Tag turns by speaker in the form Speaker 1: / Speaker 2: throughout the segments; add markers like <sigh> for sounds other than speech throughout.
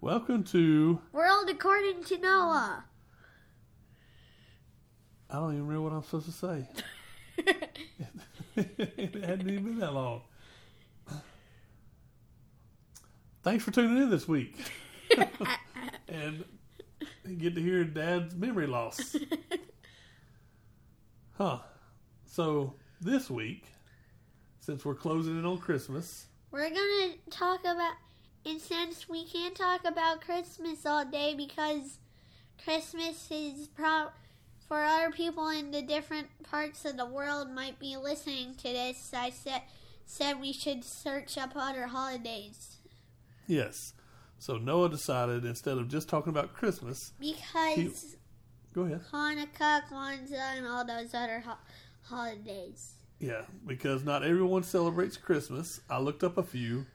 Speaker 1: Welcome to.
Speaker 2: World according to Noah.
Speaker 1: I don't even remember what I'm supposed to say. it hadn't even been that long. Thanks for tuning in this week. and get to hear Dad's memory loss. Huh. So, this week, since we're closing in on Christmas,
Speaker 2: We're gonna talk about, and since we can't talk about Christmas all day because Christmas is pro for other people in the different parts of the world might be listening to this. I said said we should search up other holidays
Speaker 1: yes. So, Noah decided instead of just talking about Christmas,
Speaker 2: because
Speaker 1: go ahead.
Speaker 2: Hanukkah, Kwanzaa, and all those other ho- holidays.
Speaker 1: Yeah, because not everyone celebrates Christmas. I looked up a few,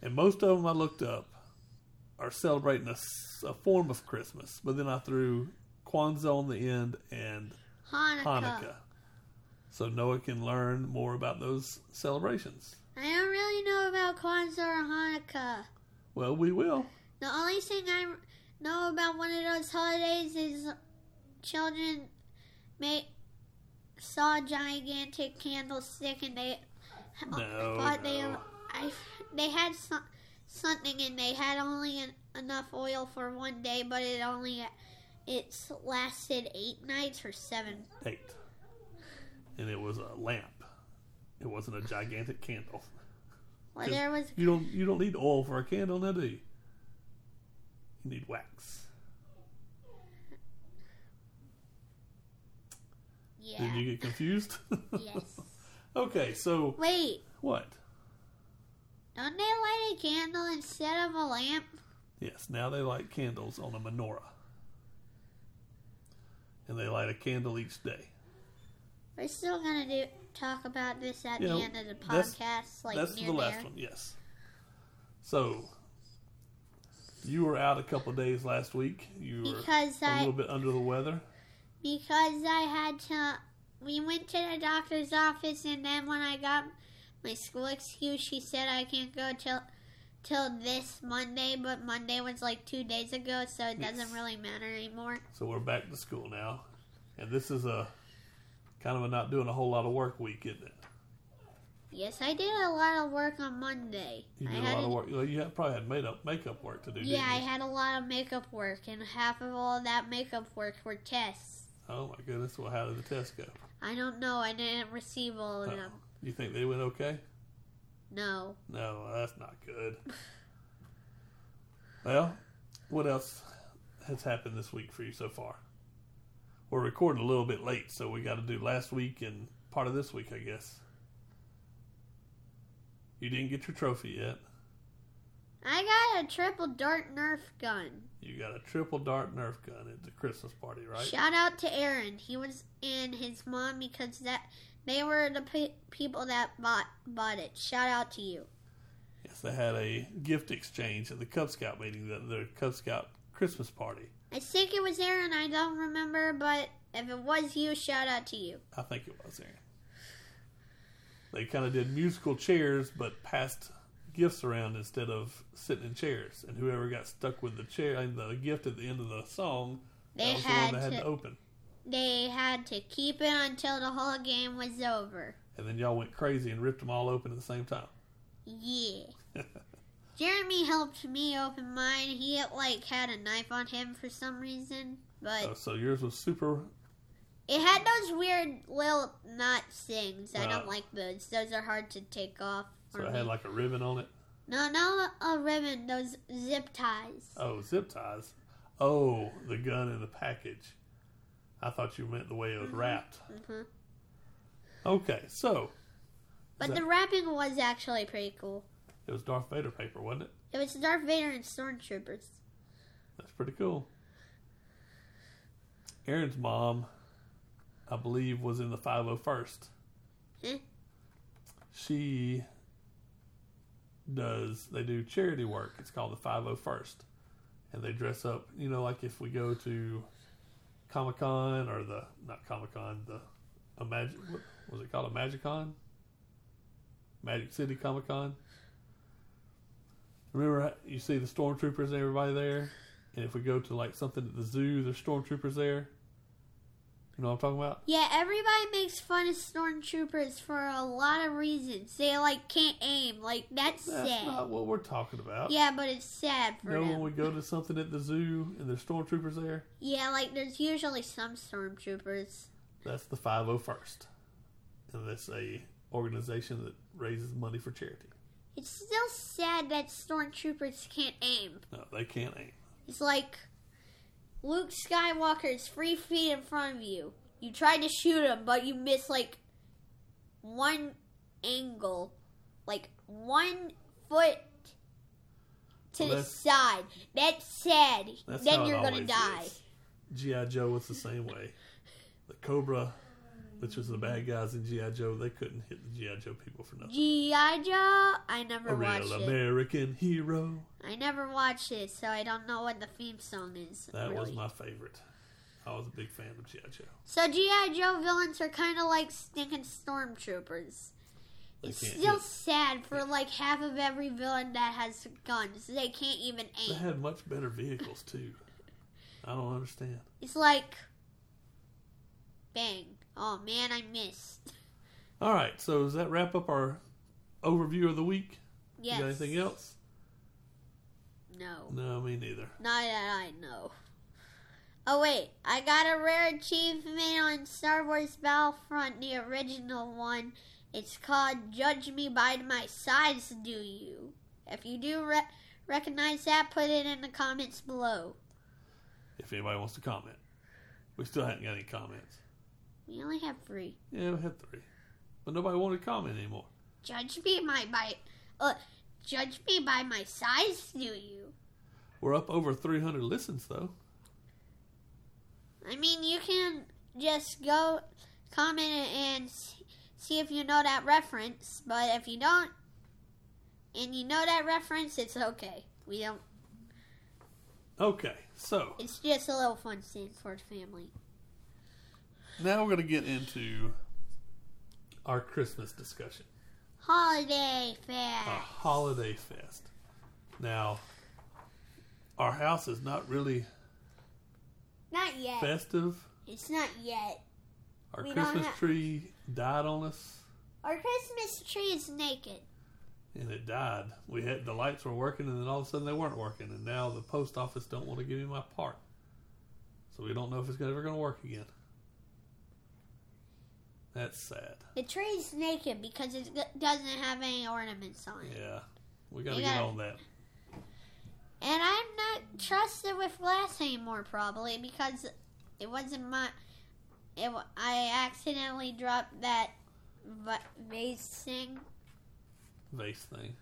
Speaker 1: and most of them I looked up are celebrating a, s- a form of Christmas. But then I threw Kwanzaa on the end and
Speaker 2: Hanukkah.
Speaker 1: Hanukkah. So Noah can learn more about those celebrations.
Speaker 2: I don't really know about Kwanzaa or Hanukkah.
Speaker 1: Well, we will.
Speaker 2: The only thing I know about one of those holidays is children made, saw a gigantic candlestick and they
Speaker 1: No,
Speaker 2: thought they
Speaker 1: no.
Speaker 2: I, they had some, something and they had only en- enough oil for one day, but it only uh, it's lasted eight nights or seven.
Speaker 1: Eight. And it was a lamp. It wasn't a gigantic candle.
Speaker 2: Well,
Speaker 1: Is-
Speaker 2: there was
Speaker 1: You don't you don't need oil for a candle now, do you? You need wax. Did
Speaker 2: yeah
Speaker 1: you get <laughs> confused?
Speaker 2: yes.
Speaker 1: Okay, so
Speaker 2: Wait,
Speaker 1: what?
Speaker 2: don't they light a candle instead of a lamp?
Speaker 1: Yes, now they light candles on a menorah. And they light a candle each day.
Speaker 2: We're still gonna do talk about this at
Speaker 1: Yeah,
Speaker 2: the end of the
Speaker 1: that's-
Speaker 2: podcast, like
Speaker 1: That's
Speaker 2: near
Speaker 1: the last
Speaker 2: there.
Speaker 1: one, yes. So, you were out a couple of days last week. You were
Speaker 2: Because
Speaker 1: a
Speaker 2: I
Speaker 1: little bit under the weather.
Speaker 2: because I had to. We went to the doctor's office, and then when I got my school excuse, she said I can't go till till this Monday. But Monday was like two days ago, so it
Speaker 1: Yes.
Speaker 2: doesn't really matter anymore.
Speaker 1: So, we're back to school now. And this is a kind of a not doing a whole lot of work week, isn't it?
Speaker 2: Yes, I did a lot of work on Monday.
Speaker 1: You
Speaker 2: I
Speaker 1: did a
Speaker 2: had
Speaker 1: lot
Speaker 2: to-
Speaker 1: of work. Well, you had- probably had made up, makeup work to do,
Speaker 2: Yeah, I
Speaker 1: didn't you?
Speaker 2: had a lot of makeup work, and half of all that makeup work were tests.
Speaker 1: Oh, my goodness. Well, how did the test go?
Speaker 2: I don't know. I didn't receive all of them.
Speaker 1: Uh-oh. You think they went okay?
Speaker 2: No.
Speaker 1: No, that's not good. well, what else has happened this week for you so far? We're recording a little bit late, so we got to do last week and part of this week, I guess. You didn't get your trophy yet.
Speaker 2: I got a triple dart Nerf gun.
Speaker 1: You got a triple dart Nerf gun at the Christmas party, right?
Speaker 2: Shout out to Aaron. He was and his mom because that they were the pe- people that bought bought it. Shout out to you.
Speaker 1: Yes, they had a gift exchange at the Cub Scout meeting, the, the Cub Scout Christmas party.
Speaker 2: I think it was Aaron. I don't remember, but if it was you, shout out to you.
Speaker 1: I think it was Aaron. They kind of did musical chairs, but passed gifts around instead of sitting in chairs. And whoever got stuck with the chair and the gift at the end of the song,
Speaker 2: They
Speaker 1: that was the one
Speaker 2: had
Speaker 1: they had to
Speaker 2: to
Speaker 1: open.
Speaker 2: they had to keep it until the whole game was over.
Speaker 1: And then y'all went crazy and ripped them all open at the same time.
Speaker 2: Yeah. <laughs> Jeremy helped me open mine. He like had a knife on him for some reason, but
Speaker 1: Oh, so yours was super.
Speaker 2: It had those weird little knot things. I
Speaker 1: Wow.
Speaker 2: don't like those. Those are hard to take off.
Speaker 1: So
Speaker 2: for
Speaker 1: it
Speaker 2: me.
Speaker 1: had like a ribbon on it.
Speaker 2: no, not a ribbon. Those zip ties.
Speaker 1: Oh, zip ties. Oh, the gun in the package. I thought you meant the way it was wrapped.
Speaker 2: hmm
Speaker 1: Okay, so
Speaker 2: But
Speaker 1: that-
Speaker 2: the wrapping was actually pretty cool.
Speaker 1: it was Darth Vader paper, wasn't it?
Speaker 2: It was Darth Vader and stormtroopers.
Speaker 1: That's pretty cool. Aaron's mom, I believe, was in the 501st.
Speaker 2: Eh.
Speaker 1: She does, they do charity work. It's called the 501st. And they dress up, you know, like if we go to Comic Con or the, not Comic Con, the Imagine, what was it called? Imagicon? Magic City Comic Con? Remember, how you see the stormtroopers and everybody there, and if we go to like something at the zoo, there's stormtroopers there. You know what I'm talking about?
Speaker 2: Yeah, everybody makes fun of stormtroopers for a lot of reasons. They like can't aim. Like that's,
Speaker 1: That's
Speaker 2: sad.
Speaker 1: not what we're talking about.
Speaker 2: yeah, but it's sad
Speaker 1: You
Speaker 2: for
Speaker 1: know
Speaker 2: them.
Speaker 1: when we go to something at the zoo and there's stormtroopers there,
Speaker 2: Yeah, like there's usually some stormtroopers.
Speaker 1: that's the 501st, and that's a organization that raises money for charity.
Speaker 2: It's still sad that stormtroopers can't aim.
Speaker 1: No, they can't aim.
Speaker 2: It's like Luke Skywalker is three feet in front of you. You tried to shoot him, but you missed like one angle, like one foot to
Speaker 1: Well,
Speaker 2: the
Speaker 1: that's-
Speaker 2: side. That's sad.
Speaker 1: That's how
Speaker 2: then
Speaker 1: it
Speaker 2: you're gonna
Speaker 1: always
Speaker 2: die.
Speaker 1: is. GI Joe was the same way. The Cobra, which was the bad guys in GI Joe, they couldn't hit the GI Joe people for nothing.
Speaker 2: G.I. Joe? I never
Speaker 1: A
Speaker 2: watched
Speaker 1: real
Speaker 2: it.
Speaker 1: American hero.
Speaker 2: I never watched it, so I don't know what the theme song is.
Speaker 1: That was
Speaker 2: really.
Speaker 1: my favorite. I was a big fan of GI Joe.
Speaker 2: So G.I. Joe villains are kind of like stinking stormtroopers.
Speaker 1: They
Speaker 2: It's
Speaker 1: can't
Speaker 2: still
Speaker 1: hit.
Speaker 2: sad for like half of every villain that has guns. They can't even
Speaker 1: They
Speaker 2: aim.
Speaker 1: had much better vehicles too. I don't understand.
Speaker 2: It's like, bang. Oh man, I missed.
Speaker 1: All right, so does that wrap up our overview of the week?
Speaker 2: Yes.
Speaker 1: You got anything else?
Speaker 2: No.
Speaker 1: No, me neither.
Speaker 2: Not that I know. Oh wait, I got a rare achievement on Star Wars Battlefront, the original one. It's called "Judge Me by My Size." Do you? If you do re- recognize that, put it in the comments below.
Speaker 1: If anybody wants to comment, we still haven't got any comments.
Speaker 2: We only have three.
Speaker 1: Yeah, we had three, but nobody wanted to comment anymore.
Speaker 2: Judge me my by, uh, judge me by my size. Do you?
Speaker 1: We're up over 300 listens though.
Speaker 2: I mean, you can just go comment and s- see if you know that reference. But if you don't, and you know that reference, it's okay. We don't.
Speaker 1: Okay, so
Speaker 2: It's just a little fun scene for the family.
Speaker 1: now we're going to get into our Christmas discussion,
Speaker 2: Holiday
Speaker 1: a
Speaker 2: fair.
Speaker 1: holiday fest. Now, our house is not really
Speaker 2: Not yet.
Speaker 1: festive.
Speaker 2: It's not yet.
Speaker 1: Our
Speaker 2: We don't
Speaker 1: Christmas
Speaker 2: have-
Speaker 1: tree died on us,
Speaker 2: Our Christmas tree is naked.
Speaker 1: and it died. We had the lights were working, and then all of a sudden they weren't working, and now the post office don't want to give me my part. So we don't know if it's ever going to work again. That's sad.
Speaker 2: The tree is naked because it g- doesn't have any ornaments on it.
Speaker 1: Yeah, we got to
Speaker 2: We
Speaker 1: get
Speaker 2: gotta-
Speaker 1: on that.
Speaker 2: And I'm not trusted with glass anymore, probably because it wasn't my. It wa- I accidentally dropped that va- vase thing.
Speaker 1: vase thing.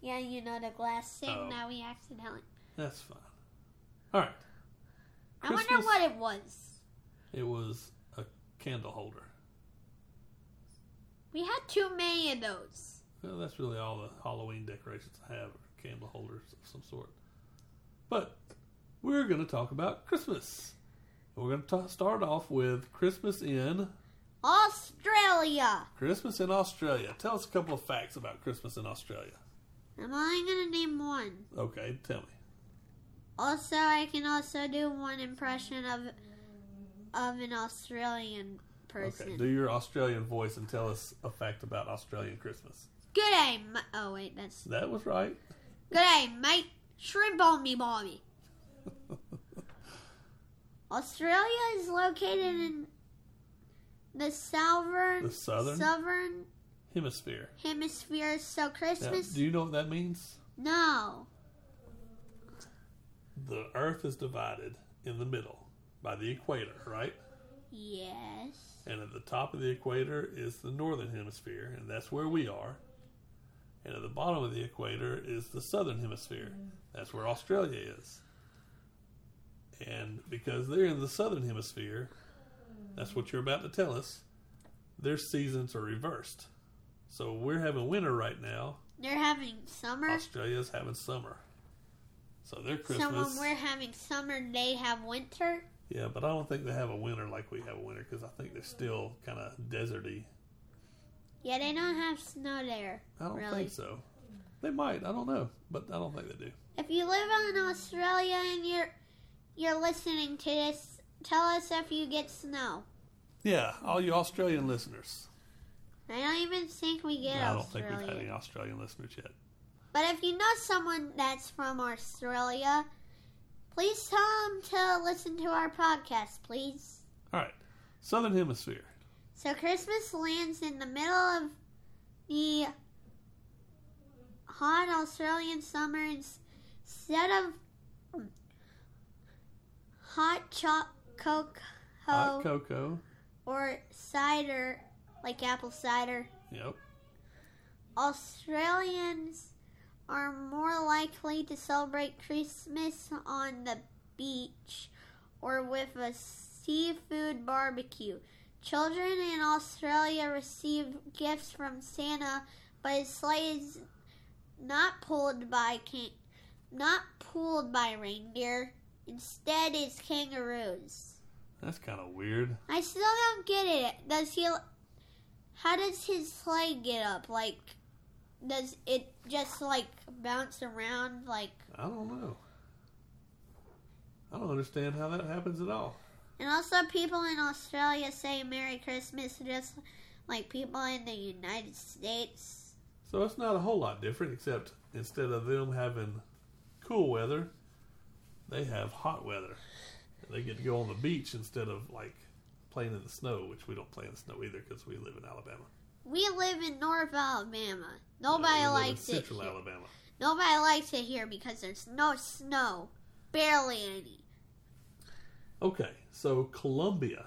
Speaker 2: Yeah, you know the glass thing.
Speaker 1: Oh.
Speaker 2: Now we accidentally.
Speaker 1: That's fine. All right.
Speaker 2: I
Speaker 1: Christmas-
Speaker 2: wonder what it was.
Speaker 1: It was a candle holder.
Speaker 2: We had too many of those.
Speaker 1: Well, that's really all the Halloween decorations I have are candle holders of some sort. But we're going to talk about Christmas. And We're going to start off with Christmas in
Speaker 2: Australia.
Speaker 1: Christmas in Australia. Tell us a couple of facts about Christmas in Australia.
Speaker 2: I'm only gonna name one.
Speaker 1: Okay, tell me.
Speaker 2: Also, I can also do one impression of of an Australian person.
Speaker 1: Okay, do your Australian voice and tell us a fact about Australian Christmas.
Speaker 2: Good day. ma- Oh wait, that's
Speaker 1: That was right.
Speaker 2: Good day, mate. Shrimp on me,
Speaker 1: <laughs>
Speaker 2: Bobby. Australia is located in the southern,
Speaker 1: The southern?
Speaker 2: southern
Speaker 1: Hemisphere.
Speaker 2: hemisphere, so
Speaker 1: Now,
Speaker 2: Christmas.
Speaker 1: do you know what that means?
Speaker 2: no.
Speaker 1: The Earth is divided in the middle by the equator, right?
Speaker 2: Yes.
Speaker 1: And at the top of the equator is the northern hemisphere, and that's where we are. And at the bottom of the equator is the southern hemisphere. That's where Australia is. And because they're in the southern hemisphere, that's what you're about to tell us, their seasons are reversed. So we're having winter right now.
Speaker 2: They're having summer.
Speaker 1: Australia's having summer. So their
Speaker 2: So
Speaker 1: Christmas.
Speaker 2: when we're having summer, they have winter.
Speaker 1: Yeah, but I don't think they have a winter like we have a winter because I think they're still kind of deserty.
Speaker 2: Yeah, they don't have snow there.
Speaker 1: I don't
Speaker 2: really.
Speaker 1: think so. They might. I don't know, but I don't think they do.
Speaker 2: If you live in Australia and you're you're listening to this, tell us if you get snow.
Speaker 1: Yeah, all you Australian listeners.
Speaker 2: I don't even think we get
Speaker 1: I don't
Speaker 2: Australia.
Speaker 1: think we've had any Australian listeners yet.
Speaker 2: But if you know someone that's from Australia, please tell them to listen to our podcast, please.
Speaker 1: All right, Southern Hemisphere.
Speaker 2: So Christmas lands in the middle of the hot Australian summer ins- instead of mm, hot cho- cocoa Oh.
Speaker 1: Hot cocoa.
Speaker 2: or cider, like apple cider.
Speaker 1: Yep.
Speaker 2: Australians are more likely to celebrate Christmas on the beach or with a seafood barbecue. Children in Australia receive gifts from Santa, but his sleigh is not pulled by can- not pulled by reindeer. Instead, it's kangaroos.
Speaker 1: That's kind of weird.
Speaker 2: I still don't get it. Does he? How does his sleigh get up? Like, does it just like bounce around? Like,
Speaker 1: I don't know. I don't understand how that happens at all.
Speaker 2: and also people in Australia say Merry Christmas just like people in the United States.
Speaker 1: So it's not a whole lot different, except instead of them having cool weather, they have hot weather. And they get to go on the beach instead of like playing in the snow, which we don't play in the snow either because we live in Alabama.
Speaker 2: We live in North Alabama.
Speaker 1: No,
Speaker 2: Nobody
Speaker 1: we live in
Speaker 2: likes it.
Speaker 1: Central
Speaker 2: here.
Speaker 1: Alabama.
Speaker 2: Nobody likes it here because there's no snow, barely any.
Speaker 1: Okay, so Columbia.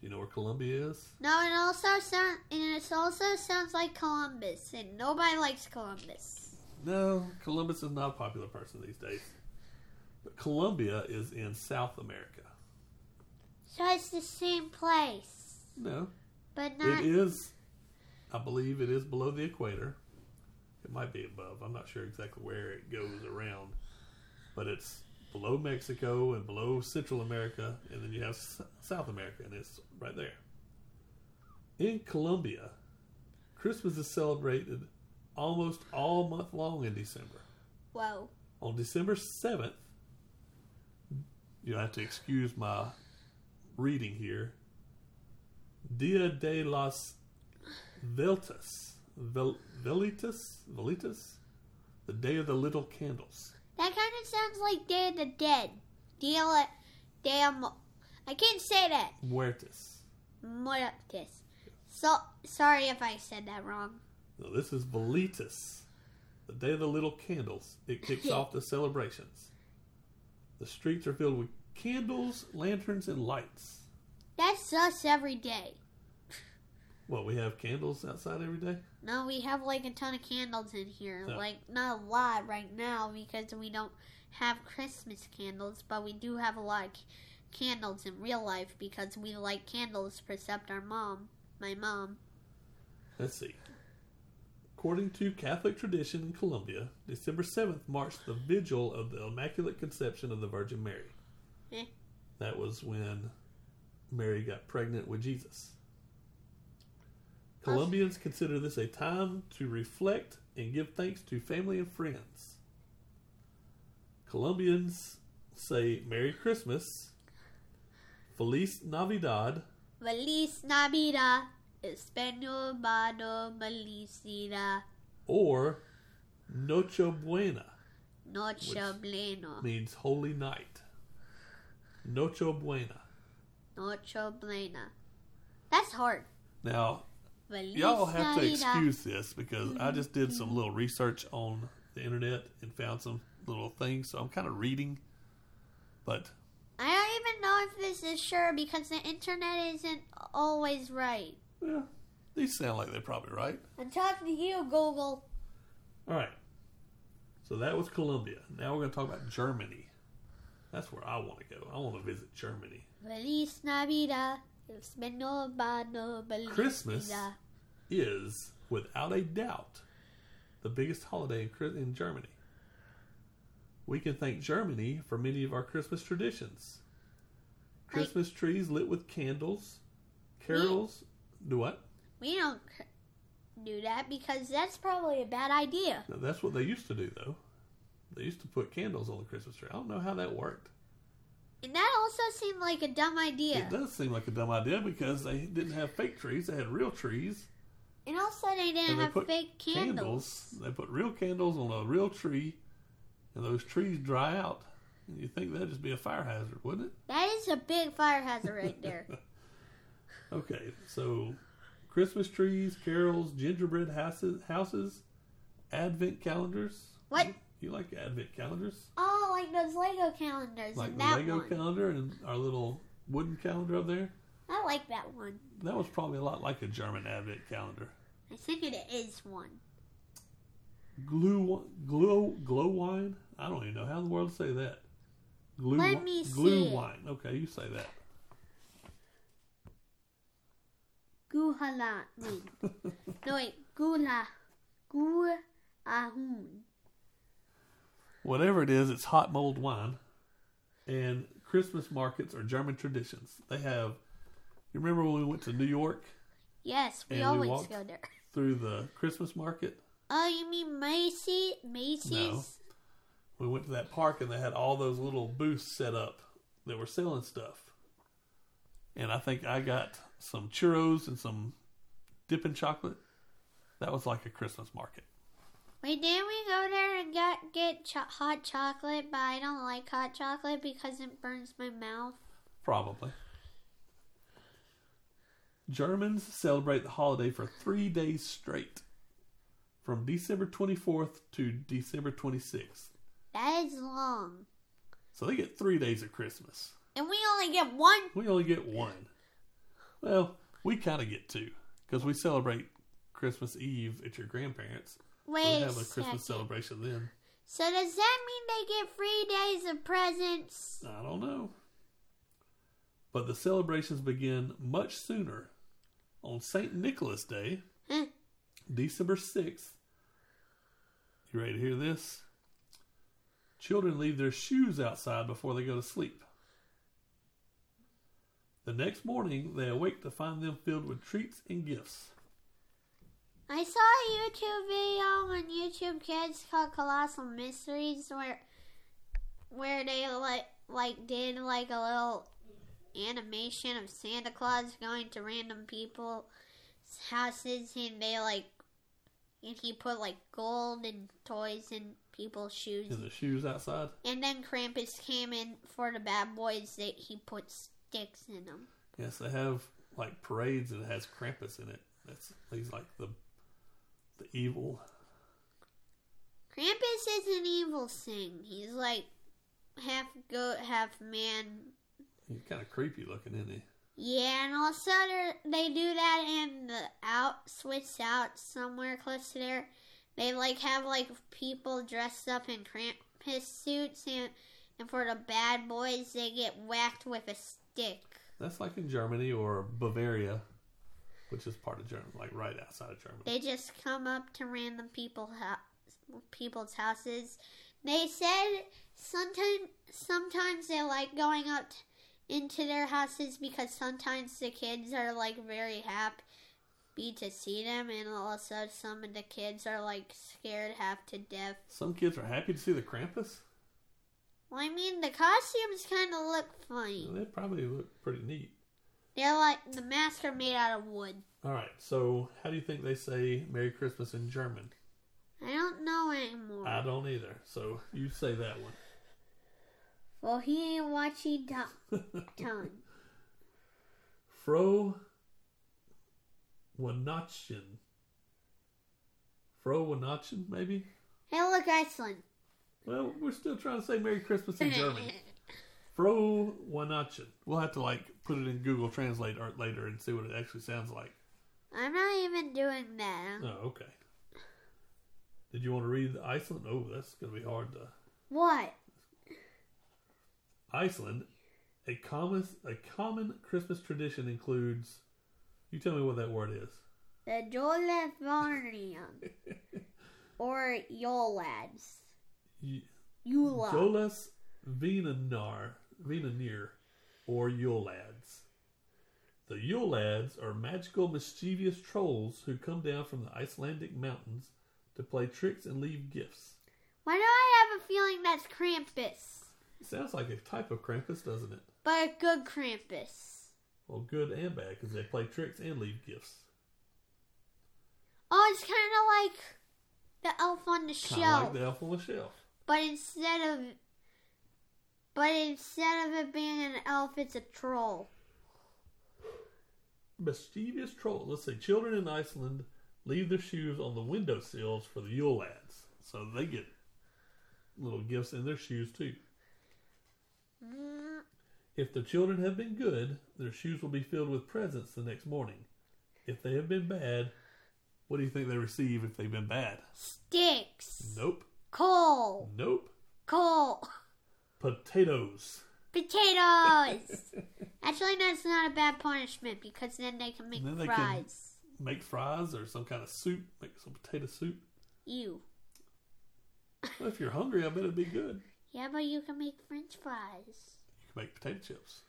Speaker 1: Do you know where Columbia is?
Speaker 2: No, it also sound, and it also sounds like Columbus, and nobody likes Columbus.
Speaker 1: No, Columbus is not a popular person these days. But Columbia is in South America.
Speaker 2: So it's the same place,
Speaker 1: No,
Speaker 2: but not.
Speaker 1: It is, I believe, it is below the equator. It might be above. I'm not sure exactly where it goes around, but it's below Mexico and below Central America, and then you have S- South America, and it's right there. In Colombia, Christmas is celebrated almost all month long in December.
Speaker 2: Whoa.
Speaker 1: On December 7th, you'll have to excuse my reading here. Dia de las Veltas. Vel- Velitas? Velitas? The Day of the Little Candles.
Speaker 2: That kind of sounds like Day of the Dead. Deal it. Damn. I can't say that.
Speaker 1: Muertes.
Speaker 2: Muertes. So sorry if I said that wrong.
Speaker 1: No, this is Velitas. The Day of the Little Candles. It kicks off the celebrations. The streets are filled with candles, lanterns, and lights.
Speaker 2: That's us every day.
Speaker 1: Well, we have candles outside every day?
Speaker 2: No, we have like a ton of candles in here.
Speaker 1: Yeah.
Speaker 2: Like not a lot right now because we don't have Christmas candles, but we do have a lot of c- candles in real life because we like candles, except our mom, my mom.
Speaker 1: Let's see. According to Catholic tradition in Colombia, December 7th marks the vigil of the Immaculate Conception of the Virgin Mary.
Speaker 2: Eh.
Speaker 1: That was when Mary got pregnant with Jesus. Colombians consider this a time to reflect and give thanks to family and friends. Colombians say Merry Christmas, Feliz Navidad,
Speaker 2: Feliz Navidad, Español Mano Malicida,
Speaker 1: or Noche Buena.
Speaker 2: Noche
Speaker 1: Which-
Speaker 2: Bleno,
Speaker 1: means holy night. Noche buena.
Speaker 2: Noche Blena. That's hard.
Speaker 1: Now,
Speaker 2: Feliz
Speaker 1: y'all have to
Speaker 2: Navidad.
Speaker 1: excuse this because I just did some little research on the internet and found some little things, so I'm kind of reading. But
Speaker 2: I don't even know if this is sure because the internet isn't always right.
Speaker 1: yeah, these sound like they're probably right.
Speaker 2: I'm talking to you, Google.
Speaker 1: All right. So that was Colombia. Now we're going to talk about Germany. That's where I want to go. I want to visit Germany.
Speaker 2: Feliz Navidad, Español Mano Malicida.
Speaker 1: Christmas? is, without a doubt, the biggest holiday in, Chri- in Germany. We can thank Germany for many of our Christmas traditions. Christmas trees lit with candles, carols. Do what?
Speaker 2: We don't. cr- do that because that's probably a bad idea.
Speaker 1: Now, that's what they used to do, though. They used to put candles on the Christmas tree. I don't know how that worked.
Speaker 2: And that also seemed like a dumb idea.
Speaker 1: It does seem like a dumb idea because they didn't have fake trees; they had real trees.
Speaker 2: And also, they didn't
Speaker 1: And they
Speaker 2: have
Speaker 1: put
Speaker 2: fake candles.
Speaker 1: They put real candles on a real tree, and those trees dry out. And you think that'd just be a fire hazard, wouldn't it?
Speaker 2: That is a big fire hazard
Speaker 1: <laughs>
Speaker 2: right there.
Speaker 1: Okay, so Christmas trees, carols, gingerbread houses, houses, advent calendars.
Speaker 2: What?
Speaker 1: You, you like advent calendars?
Speaker 2: Oh, like those Lego calendars.
Speaker 1: Like
Speaker 2: and
Speaker 1: the
Speaker 2: that
Speaker 1: Lego
Speaker 2: one.
Speaker 1: calendar and our little wooden calendar up there?
Speaker 2: I like that one.
Speaker 1: That was probably a lot like a German advent calendar.
Speaker 2: I think it is one.
Speaker 1: Glue, glow, glow wine. I don't even know how in the world to say that. Glue,
Speaker 2: Let
Speaker 1: wi-
Speaker 2: me
Speaker 1: glue
Speaker 2: see it.
Speaker 1: wine. Okay, you say that.
Speaker 2: Guhala.
Speaker 1: <laughs>
Speaker 2: no, wait. Gula. Gulahun.
Speaker 1: whatever it is, it's hot mulled wine. And Christmas markets are German traditions. They have. You remember when we went to New York
Speaker 2: Yes, we
Speaker 1: And we
Speaker 2: always
Speaker 1: walked-
Speaker 2: go there.
Speaker 1: through the Christmas market?
Speaker 2: Oh, you mean Macy? Macy's?
Speaker 1: We went to that park and they had all those little booths set up that were selling stuff. And I think I got some churros and some dipping chocolate. That was like a Christmas market.
Speaker 2: Wait, didn't we go there and got, get cho- hot chocolate? But I don't like hot chocolate because it burns my mouth.
Speaker 1: Probably. Germans celebrate the holiday for three days straight from December 24th to December 26th.
Speaker 2: That is long.
Speaker 1: So they get three days of Christmas.
Speaker 2: And we only get one.
Speaker 1: We only get one. Well, we kind of get two because we celebrate Christmas Eve at your grandparents.
Speaker 2: Wait
Speaker 1: We
Speaker 2: a
Speaker 1: have a
Speaker 2: second.
Speaker 1: Christmas celebration then.
Speaker 2: So does that mean they get three days of presents?
Speaker 1: I don't know. But the celebrations begin much sooner on St. Nicholas Day,
Speaker 2: Huh.
Speaker 1: December 6th. You ready to hear this? Children leave their shoes outside before they go to sleep. The next morning, they awake to find them filled with treats and gifts.
Speaker 2: I saw a YouTube video on YouTube Kids called Colossal Mysteries where where they like like did like a little animation of Santa Claus going to random people's houses and they like and he put like gold and toys in people's shoes
Speaker 1: Is the shoes outside?
Speaker 2: and then Krampus came in for the bad boys that he put sticks in them.
Speaker 1: Yes, they have like parades and it has Krampus in it. That's he's like the the evil
Speaker 2: Krampus is an evil thing. He's like half goat, half man.
Speaker 1: He's kind of creepy looking, isn't he?
Speaker 2: Yeah, and also there- they do that in the out switch out somewhere close to there. They like have like people dressed up in Krampus suits, and and for the bad boys, they get whacked with a stick.
Speaker 1: That's like in Germany or Bavaria, which is part of Germany, like right outside of Germany.
Speaker 2: They just come up to random people house, people's houses. They said sometimes sometimes they like going up t- into their houses because sometimes the kids are like very happy to see them, and also some of the kids are like scared half to death.
Speaker 1: Some kids are happy to see the Krampus.
Speaker 2: Well, I mean the costumes kind of look funny.
Speaker 1: They probably look pretty neat.
Speaker 2: They're like the masks are made out of wood.
Speaker 1: All right, so how do you think they say Merry Christmas in German?
Speaker 2: I don't know anymore.
Speaker 1: I don't either. So you say that one.
Speaker 2: well, he ain't
Speaker 1: <laughs>
Speaker 2: watching Tom. Tom.
Speaker 1: Fro Weihnachten. Fro Weihnachten, maybe?
Speaker 2: Hey, look, Iceland.
Speaker 1: Well, we're still trying to say Merry Christmas in
Speaker 2: <laughs>
Speaker 1: German. Fro Weihnachten. We'll have to like put it in Google Translate or later and see what it actually sounds like.
Speaker 2: I'm not even doing that.
Speaker 1: Oh, okay. Did you want to read Iceland? Oh, that's going to be hard to.
Speaker 2: What?
Speaker 1: Iceland, a common a common Christmas tradition includes. You tell me what that word is.
Speaker 2: The
Speaker 1: <laughs>
Speaker 2: Jolavarnium. or Yolads.
Speaker 1: Y-
Speaker 2: Yula.
Speaker 1: Jolas Vinanar, Vinanir, or Yolads. The Yule Lads are magical, mischievous trolls who come down from the Icelandic mountains to play tricks and leave gifts.
Speaker 2: Why do I have a feeling that's Krampus?
Speaker 1: It sounds like a type of Krampus, doesn't it?
Speaker 2: But a good Krampus.
Speaker 1: Well, good and bad, because they play tricks and leave gifts.
Speaker 2: Oh, it's kind of like the elf on the
Speaker 1: Kind
Speaker 2: shelf.
Speaker 1: of like the elf on the shelf.
Speaker 2: But instead of but instead of it being an elf, it's a troll.
Speaker 1: Mischievous trolls. Let's say children in Iceland leave their shoes on the window sills for the Yule Lads, so they get little gifts in their shoes too.
Speaker 2: Mm,
Speaker 1: If the children have been good, their shoes will be filled with presents the next morning. If they have been bad, what do you think they receive if they've been bad?
Speaker 2: Sticks.
Speaker 1: Nope.
Speaker 2: Coal.
Speaker 1: Nope.
Speaker 2: Coal.
Speaker 1: Potatoes.
Speaker 2: Potatoes.
Speaker 1: <laughs>
Speaker 2: Actually, that's not a bad punishment because then they can make
Speaker 1: Then they can-
Speaker 2: fries.
Speaker 1: Make fries or some kind of soup. Make some potato soup.
Speaker 2: You.
Speaker 1: Well, if you're hungry, I bet it'd be good.
Speaker 2: Yeah, but you can make French fries.
Speaker 1: You can make potato chips.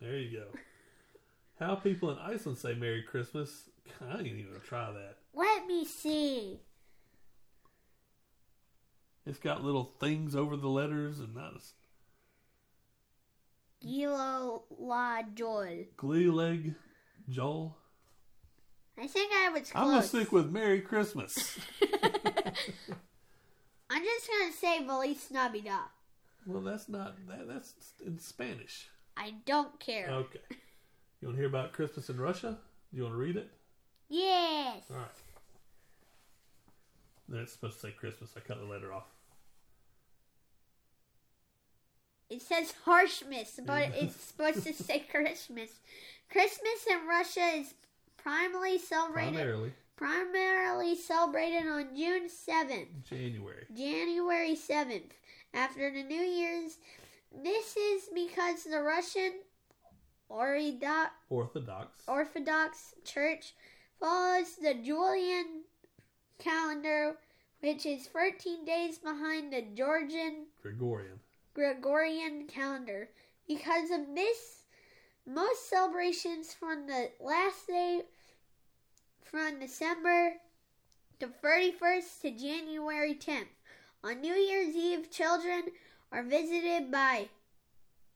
Speaker 1: There you go. How people in Iceland say Merry Christmas, I ain't even gonna try that.
Speaker 2: Let me see.
Speaker 1: It's got little things over the letters and not a
Speaker 2: Gilo la joy.
Speaker 1: glee leg, Joel.
Speaker 2: I think I was close.
Speaker 1: I'm
Speaker 2: <laughs>
Speaker 1: gonna stick with Merry Christmas.
Speaker 2: I'm just gonna say Feliz Navidad.
Speaker 1: well, that's not that, that's in Spanish.
Speaker 2: I don't care.
Speaker 1: Okay. You want to hear about Christmas in Russia? Do you want to read it?
Speaker 2: Yes.
Speaker 1: All right. Then it's supposed to say Christmas. I cut the letter off.
Speaker 2: It says Harshmas, but it's supposed to say
Speaker 1: <laughs>
Speaker 2: Christmas. Christmas in Russia is primarily celebrated
Speaker 1: Primarily
Speaker 2: primarily celebrated on June 7th.
Speaker 1: January.
Speaker 2: January 7th, after the New Year's. This is because the Russian Orido-
Speaker 1: Orthodox.
Speaker 2: Orthodox Church follows the Julian calendar, which is 13 days behind the Georgian
Speaker 1: Gregorian.
Speaker 2: Gregorian calendar. Because of this, most celebrations from the last day from December the 31st to January 10th. On New Year's Eve, children are visited by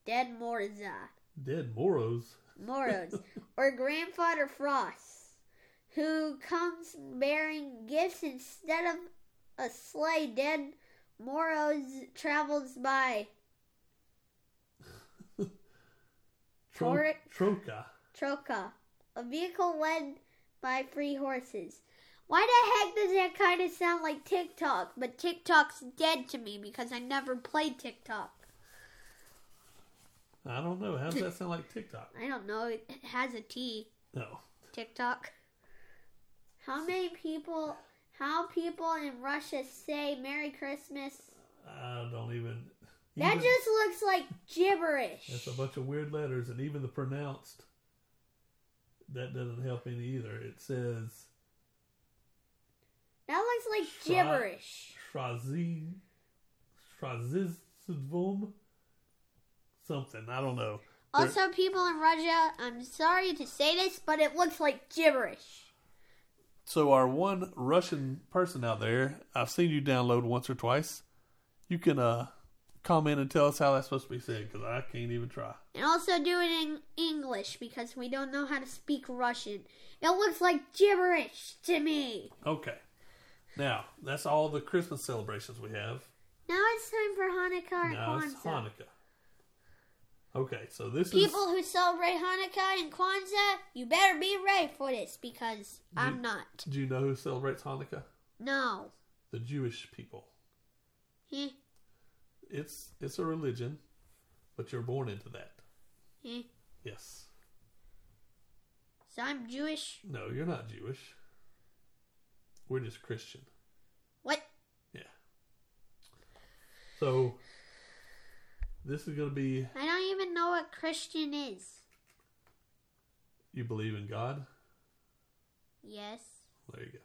Speaker 2: dead Morza,
Speaker 1: Dead Moros.
Speaker 2: Moros, or Grandfather Frost, who comes bearing gifts instead of a sleigh. Dead Moros travels by
Speaker 1: Tro-
Speaker 2: Toric.
Speaker 1: Troca.
Speaker 2: Troca, a vehicle led by three horses. Why the heck does that kind of sound like TikTok? But TikTok's dead to me because I never played TikTok.
Speaker 1: I don't know. How does that sound like TikTok?
Speaker 2: I don't know. It has a T.
Speaker 1: No.
Speaker 2: TikTok. How many people? How people in Russia say Merry Christmas?
Speaker 1: I don't even.
Speaker 2: That
Speaker 1: even-
Speaker 2: just looks like gibberish.
Speaker 1: That's a bunch of weird letters, and even the pronounced. That doesn't help any either. It says
Speaker 2: That looks like
Speaker 1: Shri-
Speaker 2: gibberish.
Speaker 1: Shrazi. Shrazizvom? Something. I don't know. There-
Speaker 2: Also, people in Russia, I'm sorry to say this, but it looks like gibberish.
Speaker 1: So, our one Russian person out there, I've seen you download once or twice. You can uh, comment and tell us how that's supposed to be said because I can't even try.
Speaker 2: And also do it in English because we don't know how to speak Russian. It looks like gibberish to me.
Speaker 1: Okay. Now, that's all the Christmas celebrations we have.
Speaker 2: Now it's time for Hanukkah or
Speaker 1: Now it's
Speaker 2: Kwanzaa.
Speaker 1: Hanukkah. Okay, so this
Speaker 2: People who celebrate Hanukkah and Kwanzaa, you better be ready for this because I'm not.
Speaker 1: is. Do you know who celebrates Hanukkah?
Speaker 2: No.
Speaker 1: The Jewish people.
Speaker 2: Eh,
Speaker 1: It's it's a religion, but you're born into that.
Speaker 2: eh.
Speaker 1: Yes.
Speaker 2: So I'm Jewish.
Speaker 1: No, you're not Jewish. We're just Christian.
Speaker 2: What?
Speaker 1: Yeah. So this is going to be
Speaker 2: I don't even know what Christian is.
Speaker 1: you believe in God.
Speaker 2: Yes.
Speaker 1: There you go.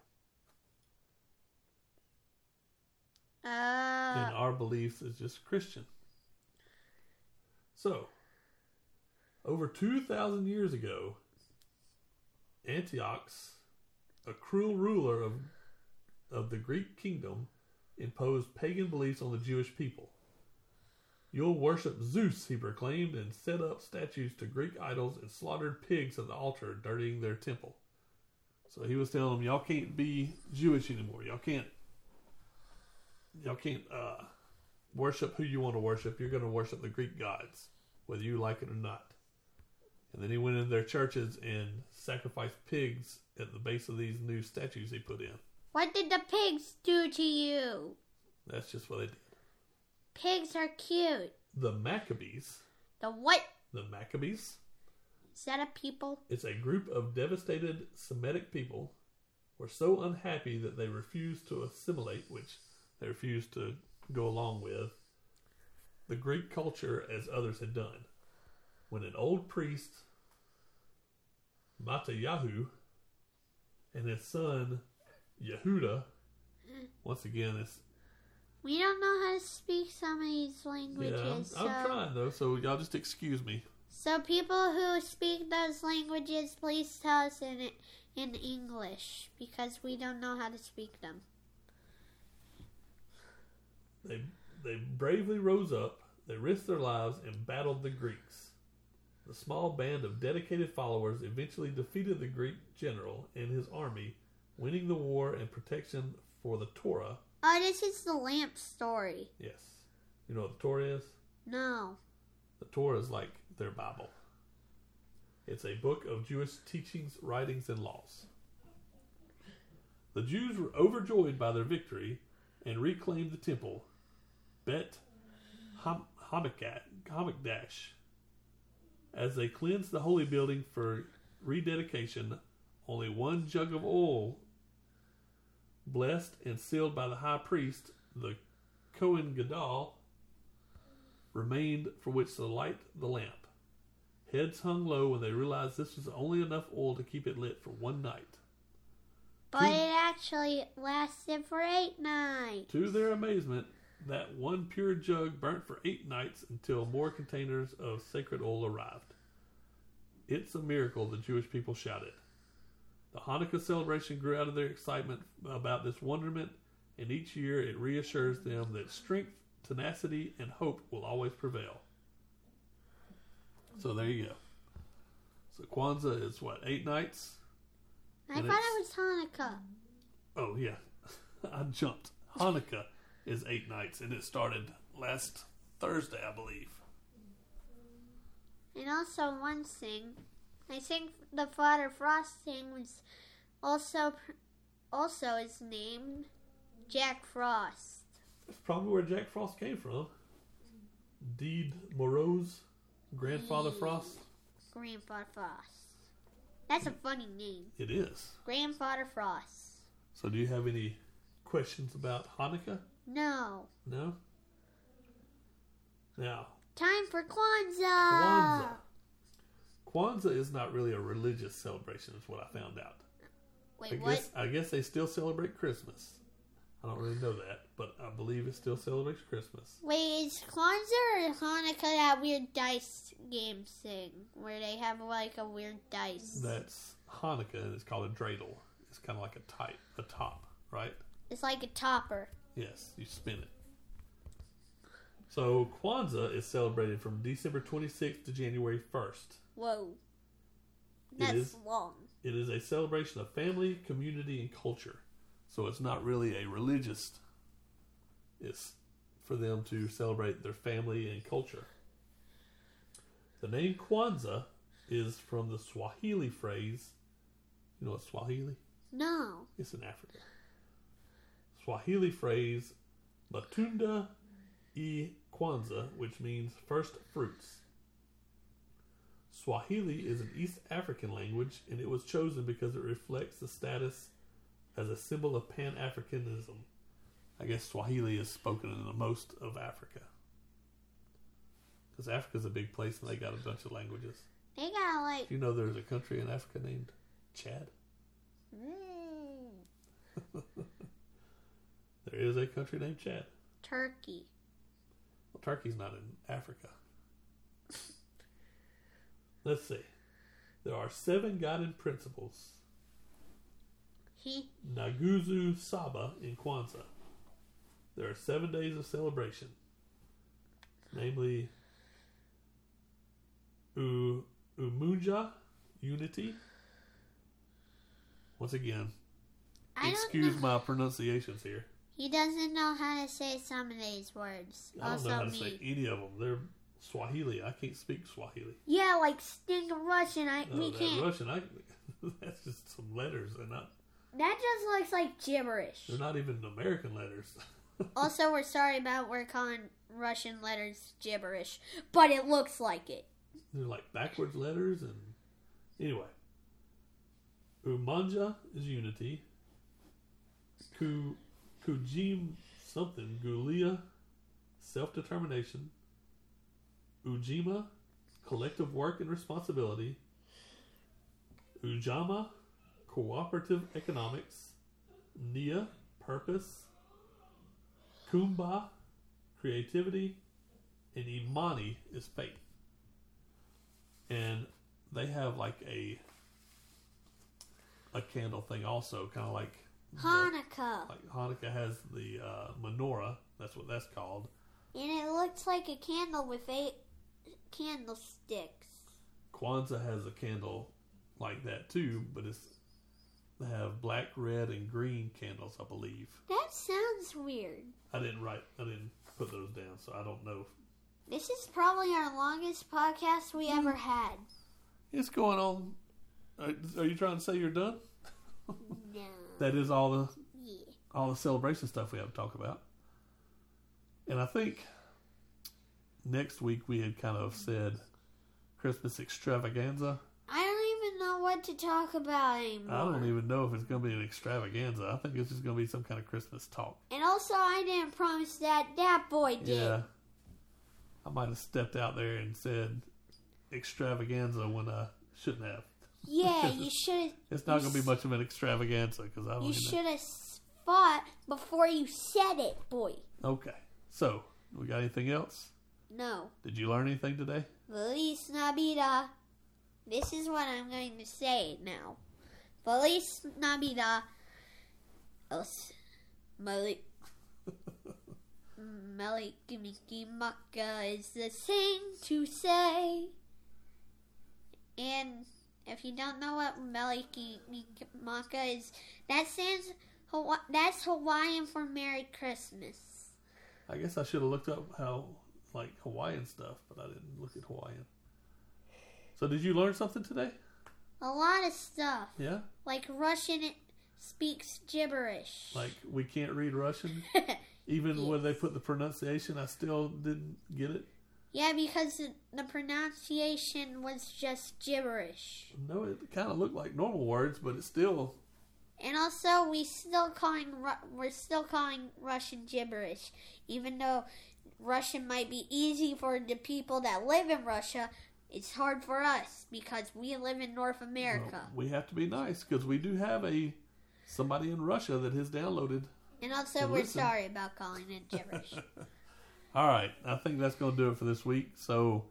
Speaker 2: Uh.
Speaker 1: and our beliefs is just Christian. So, Over 2,000 years ago, Antiochus, a cruel ruler of, of the Greek kingdom, imposed pagan beliefs on the Jewish people. You'll worship Zeus, he proclaimed, and set up statues to Greek idols and slaughtered pigs at the altar, dirtying their temple. So he was telling them, y'all can't be Jewish anymore. Y'all can't, y'all can't uh, worship who you want to worship. You're going to worship the Greek gods, whether you like it or not. And then he went into their churches and sacrificed pigs at the base of these new statues he put in.
Speaker 2: What did the pigs do to you?
Speaker 1: That's just what they did.
Speaker 2: Pigs are cute.
Speaker 1: The Maccabees,
Speaker 2: The what
Speaker 1: the Maccabees,
Speaker 2: set of people?
Speaker 1: It's a group of devastated Semitic people were so unhappy that they refused to assimilate, which they refused to go along with, the Greek culture as others had done. When an old priest, Matayahu, and his son, Yehuda, once again, it's,
Speaker 2: We don't know how to speak some of these
Speaker 1: yeah, I'm,
Speaker 2: languages.
Speaker 1: I'm
Speaker 2: so,
Speaker 1: trying though, so y'all just excuse me.
Speaker 2: so people who speak those languages, please tell us in in English because we don't know how to speak them.
Speaker 1: They they bravely rose up, they risked their lives and battled the Greeks. The small band of dedicated followers eventually defeated the Greek general and his army, winning the war and protection for the Torah.
Speaker 2: Oh, this is the lamp story.
Speaker 1: Yes. You know what the Torah is?
Speaker 2: No.
Speaker 1: The Torah is like their Bible. It's a book of Jewish teachings, writings, and laws. The Jews were overjoyed by their victory and reclaimed the temple, Bet Ham- Hamakat- Hamakdash, as they cleansed the holy building for rededication. Only one jug of oil, blessed and sealed by the high priest, the Cohen Gadol, remained for which to light the lamp. Heads hung low when they realized this was only enough oil to keep it lit for one night.
Speaker 2: But
Speaker 1: Hmm.
Speaker 2: it actually lasted for eight nights.
Speaker 1: To their amazement, that one pure jug burnt for eight nights until more containers of sacred oil arrived. It's a miracle, the Jewish people shouted. The Hanukkah celebration grew out of their excitement about this wonderment, and each year it reassures them that strength, tenacity, and hope will always prevail. So there you go. So Kwanzaa is what, eight nights?
Speaker 2: I
Speaker 1: And
Speaker 2: thought it was Hanukkah.
Speaker 1: Oh yeah, <laughs> I jumped. Hanukkah is eight nights, and it started last Thursday, I believe.
Speaker 2: And also one thing, I think the Father Frost thing was also pr- also is named Jack Frost.
Speaker 1: That's probably where Jack Frost came from. Deed Moroz, Grandfather Frost.
Speaker 2: Grandfather Frost. That's a funny name,
Speaker 1: It is.
Speaker 2: Grandfather Frost.
Speaker 1: So, do you have any questions about Hanukkah?
Speaker 2: No,
Speaker 1: No. Now,
Speaker 2: time for Kwanzaa.
Speaker 1: Kwanzaa.
Speaker 2: Ah.
Speaker 1: Kwanzaa is not really a religious celebration, is what I found out. I
Speaker 2: Wait, what?
Speaker 1: guess I guess they still celebrate Christmas. I don't really know that, but I believe it still celebrates Christmas.
Speaker 2: Wait, is Kwanzaa or Hanukkah that weird dice game thing where they have like a weird dice?
Speaker 1: That's Hanukkah, and it's called a dreidel. It's kind of like a type, a top, right?
Speaker 2: It's like a topper.
Speaker 1: Yes, you spin it. So Kwanzaa is celebrated from December 26th to January 1st.
Speaker 2: Whoa,
Speaker 1: It
Speaker 2: that's
Speaker 1: is-
Speaker 2: long.
Speaker 1: It is a celebration of family, community, and culture. So it's not really a religious. It's for them to celebrate their family and culture. The name Kwanzaa is from the Swahili phrase. You know what Swahili?
Speaker 2: No.
Speaker 1: It's in Africa. Swahili phrase Matunda e Kwanza, which means first fruits. Swahili is an East African language and it was chosen because it reflects the status as a symbol of Pan Africanism. I guess Swahili is spoken in the most of Africa. Because Africa's a big place and they got a bunch of languages.
Speaker 2: They got like.
Speaker 1: Do you know there's a country in Africa named Chad?
Speaker 2: Mm,
Speaker 1: There is a country named Chad.
Speaker 2: turkey.
Speaker 1: Well, Turkey's not in Africa. Let's see. There are seven guiding principles.
Speaker 2: He
Speaker 1: Naguzu Saba in Kwanzaa. There are seven days of celebration, namely U- Umunja, unity. Once again,
Speaker 2: I
Speaker 1: excuse
Speaker 2: don't know.
Speaker 1: my pronunciations here.
Speaker 2: He doesn't know how to say some of these words.
Speaker 1: I don't
Speaker 2: also
Speaker 1: know how to
Speaker 2: me.
Speaker 1: say any of them. They're Swahili. I can't speak Swahili.
Speaker 2: Yeah, like stink Russian. I
Speaker 1: Oh,
Speaker 2: we
Speaker 1: that
Speaker 2: can't.
Speaker 1: Russian, I, <laughs> that's just some letters. They're not,
Speaker 2: that just looks like gibberish.
Speaker 1: they're not even American letters. <laughs>
Speaker 2: Also, we're sorry about we're calling Russian letters gibberish, but it looks like it.
Speaker 1: They're like backwards letters and anyway. Umanja is unity. Ku Kujim something, Gulia, self determination. Ujima, collective work and responsibility. Ujama, cooperative economics. Nia, purpose. Kumba, creativity. And Imani is faith and they have like a a candle thing also, kind of like the-
Speaker 2: Hanukkah,
Speaker 1: like Hanukkah has the uh, menorah. That's what that's called.
Speaker 2: and it looks like a candle with eight candlesticks.
Speaker 1: Kwanzaa has a candle like that too, but it's they have black, red, and green candles, I believe.
Speaker 2: That sounds weird.
Speaker 1: I didn't write, I didn't put those down, so I don't know.
Speaker 2: This is probably our longest podcast
Speaker 1: Hmm.
Speaker 2: we ever had.
Speaker 1: It's going on. Are, are you trying to say you're done?
Speaker 2: No.
Speaker 1: That is all the
Speaker 2: Yeah.
Speaker 1: all the celebration stuff we have to talk about. And I think next week we had kind of said Christmas extravaganza.
Speaker 2: I don't even know what to talk about anymore.
Speaker 1: I don't even know if it's going to be an extravaganza. I think it's just going to be some kind of Christmas talk.
Speaker 2: And also, I didn't promise that that boy did.
Speaker 1: Yeah. I might have stepped out there and said extravaganza when I shouldn't have. <laughs>
Speaker 2: Yeah, you should
Speaker 1: It's
Speaker 2: You
Speaker 1: not going to be
Speaker 2: s-
Speaker 1: much of an extravaganza because I don't
Speaker 2: you
Speaker 1: even-
Speaker 2: should have fought before you said it, boy.
Speaker 1: Okay. So, we got anything else?
Speaker 2: No,
Speaker 1: Did you learn anything today?
Speaker 2: Feliz Navidad. This is what I'm going to say now. Feliz Navidad. Os Malik. Malik Miki Maka is the thing to say. And if you don't know what Meliki Maka is, that stands Hawa- that's Hawaiian for Merry Christmas.
Speaker 1: I guess I should have looked up how like Hawaiian stuff, but I didn't look at Hawaiian. So did you learn something today?
Speaker 2: A lot of stuff.
Speaker 1: Yeah,
Speaker 2: Like Russian it speaks gibberish.
Speaker 1: like we can't read Russian. Even
Speaker 2: Yes.
Speaker 1: when they put the pronunciation, I still didn't get it.
Speaker 2: <laughs> yeah, because the, the pronunciation was just gibberish.
Speaker 1: No, it kind of looked like normal words, but it's still
Speaker 2: And also, we still calling Ru- we're still calling Russian gibberish, even though Russian might be easy for the people that live in Russia. It's hard for us because we live in North
Speaker 1: well,
Speaker 2: America.
Speaker 1: we have to be nice because we do have a somebody in Russia that has downloaded.
Speaker 2: and also,
Speaker 1: Well,
Speaker 2: we're
Speaker 1: listen.
Speaker 2: sorry about calling it
Speaker 1: <laughs>
Speaker 2: gibberish.
Speaker 1: All right, I think that's going to do it for this week. So,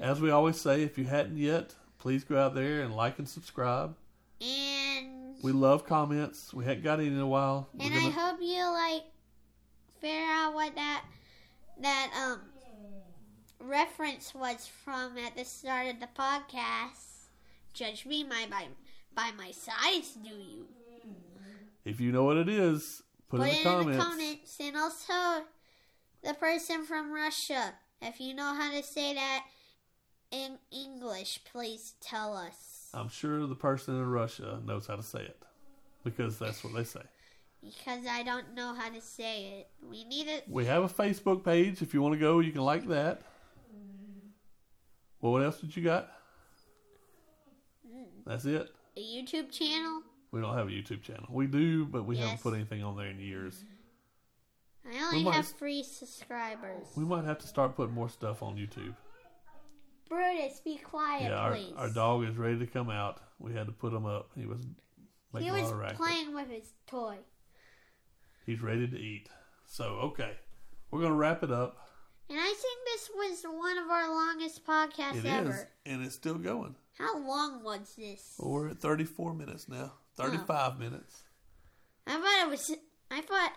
Speaker 1: as we always say, if you hadn't yet, please go out there and like and subscribe.
Speaker 2: and
Speaker 1: We love comments. We hadn't got any in a while. We're
Speaker 2: And I
Speaker 1: gonna-
Speaker 2: hope you like figure out what that that um reference was from at the start of the podcast. Judge me my by by my size, do you?
Speaker 1: if you know what it is, put,
Speaker 2: Put
Speaker 1: in,
Speaker 2: it
Speaker 1: the comments.
Speaker 2: in the comments, and also the person from Russia. If you know how to say that in English, please tell us
Speaker 1: I'm sure the person in Russia knows how to say it because that's what they say.
Speaker 2: because I don't know how to say it. We need it.
Speaker 1: We have a Facebook page. If you want to go, you can like that. Well, what else did you got? That's it.
Speaker 2: A YouTube channel.
Speaker 1: We don't have a YouTube channel. We do, but we haven't
Speaker 2: Yes.
Speaker 1: put anything on there in years.
Speaker 2: I only
Speaker 1: might-
Speaker 2: have three subscribers.
Speaker 1: We might have to start putting more stuff on YouTube.
Speaker 2: Brutus, be quiet,
Speaker 1: yeah, our,
Speaker 2: please.
Speaker 1: our dog is ready to come out. We had to put him up. He was making
Speaker 2: he
Speaker 1: a lot
Speaker 2: was
Speaker 1: of racket.
Speaker 2: playing with his toy.
Speaker 1: He's ready to eat. So, okay. We're going to wrap it up.
Speaker 2: And I think this was one of our longest podcasts
Speaker 1: It is,
Speaker 2: ever.
Speaker 1: and it's still going.
Speaker 2: How long was this?
Speaker 1: Well, we're at 34 minutes now, 35 minutes.
Speaker 2: I thought it was. I thought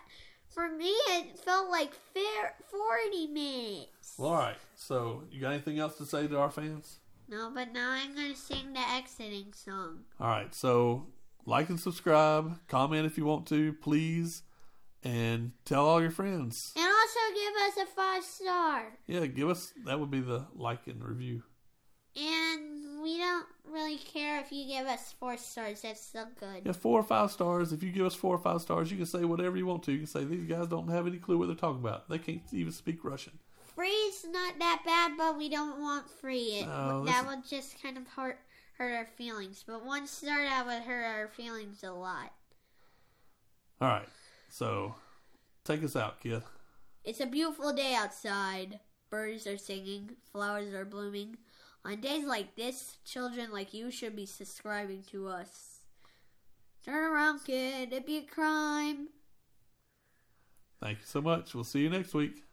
Speaker 2: for me it felt like fair forty minutes.
Speaker 1: Well, all right. So, you got anything else to say to our fans?
Speaker 2: No, but now I'm gonna sing the exiting song.
Speaker 1: All right. So, like and subscribe, comment if you want to, please, and tell all your friends.
Speaker 2: And also give us a five star.
Speaker 1: Yeah, give us that would be the like and review.
Speaker 2: And we don't really care if you give us four stars. That's still good.
Speaker 1: Yeah, four or five stars. If you give us four or five stars, you can say whatever you want to. You can say these guys don't have any clue what they're taling about. They can't even speak Russian.
Speaker 2: Free's not that bad, but we don't want free. It,
Speaker 1: No,
Speaker 2: that
Speaker 1: this-
Speaker 2: would just kind of hurt hurt our feelings. But one star that would hurt our feelings a lot.
Speaker 1: All right. So, take us out, kid.
Speaker 2: It's a beautiful day outside. Birds are singing, flowers are blooming. On days like this, children like you should be subscribing to us. Turn around, kid. It'd be a crime.
Speaker 1: Thank you so much. We'll see you next week.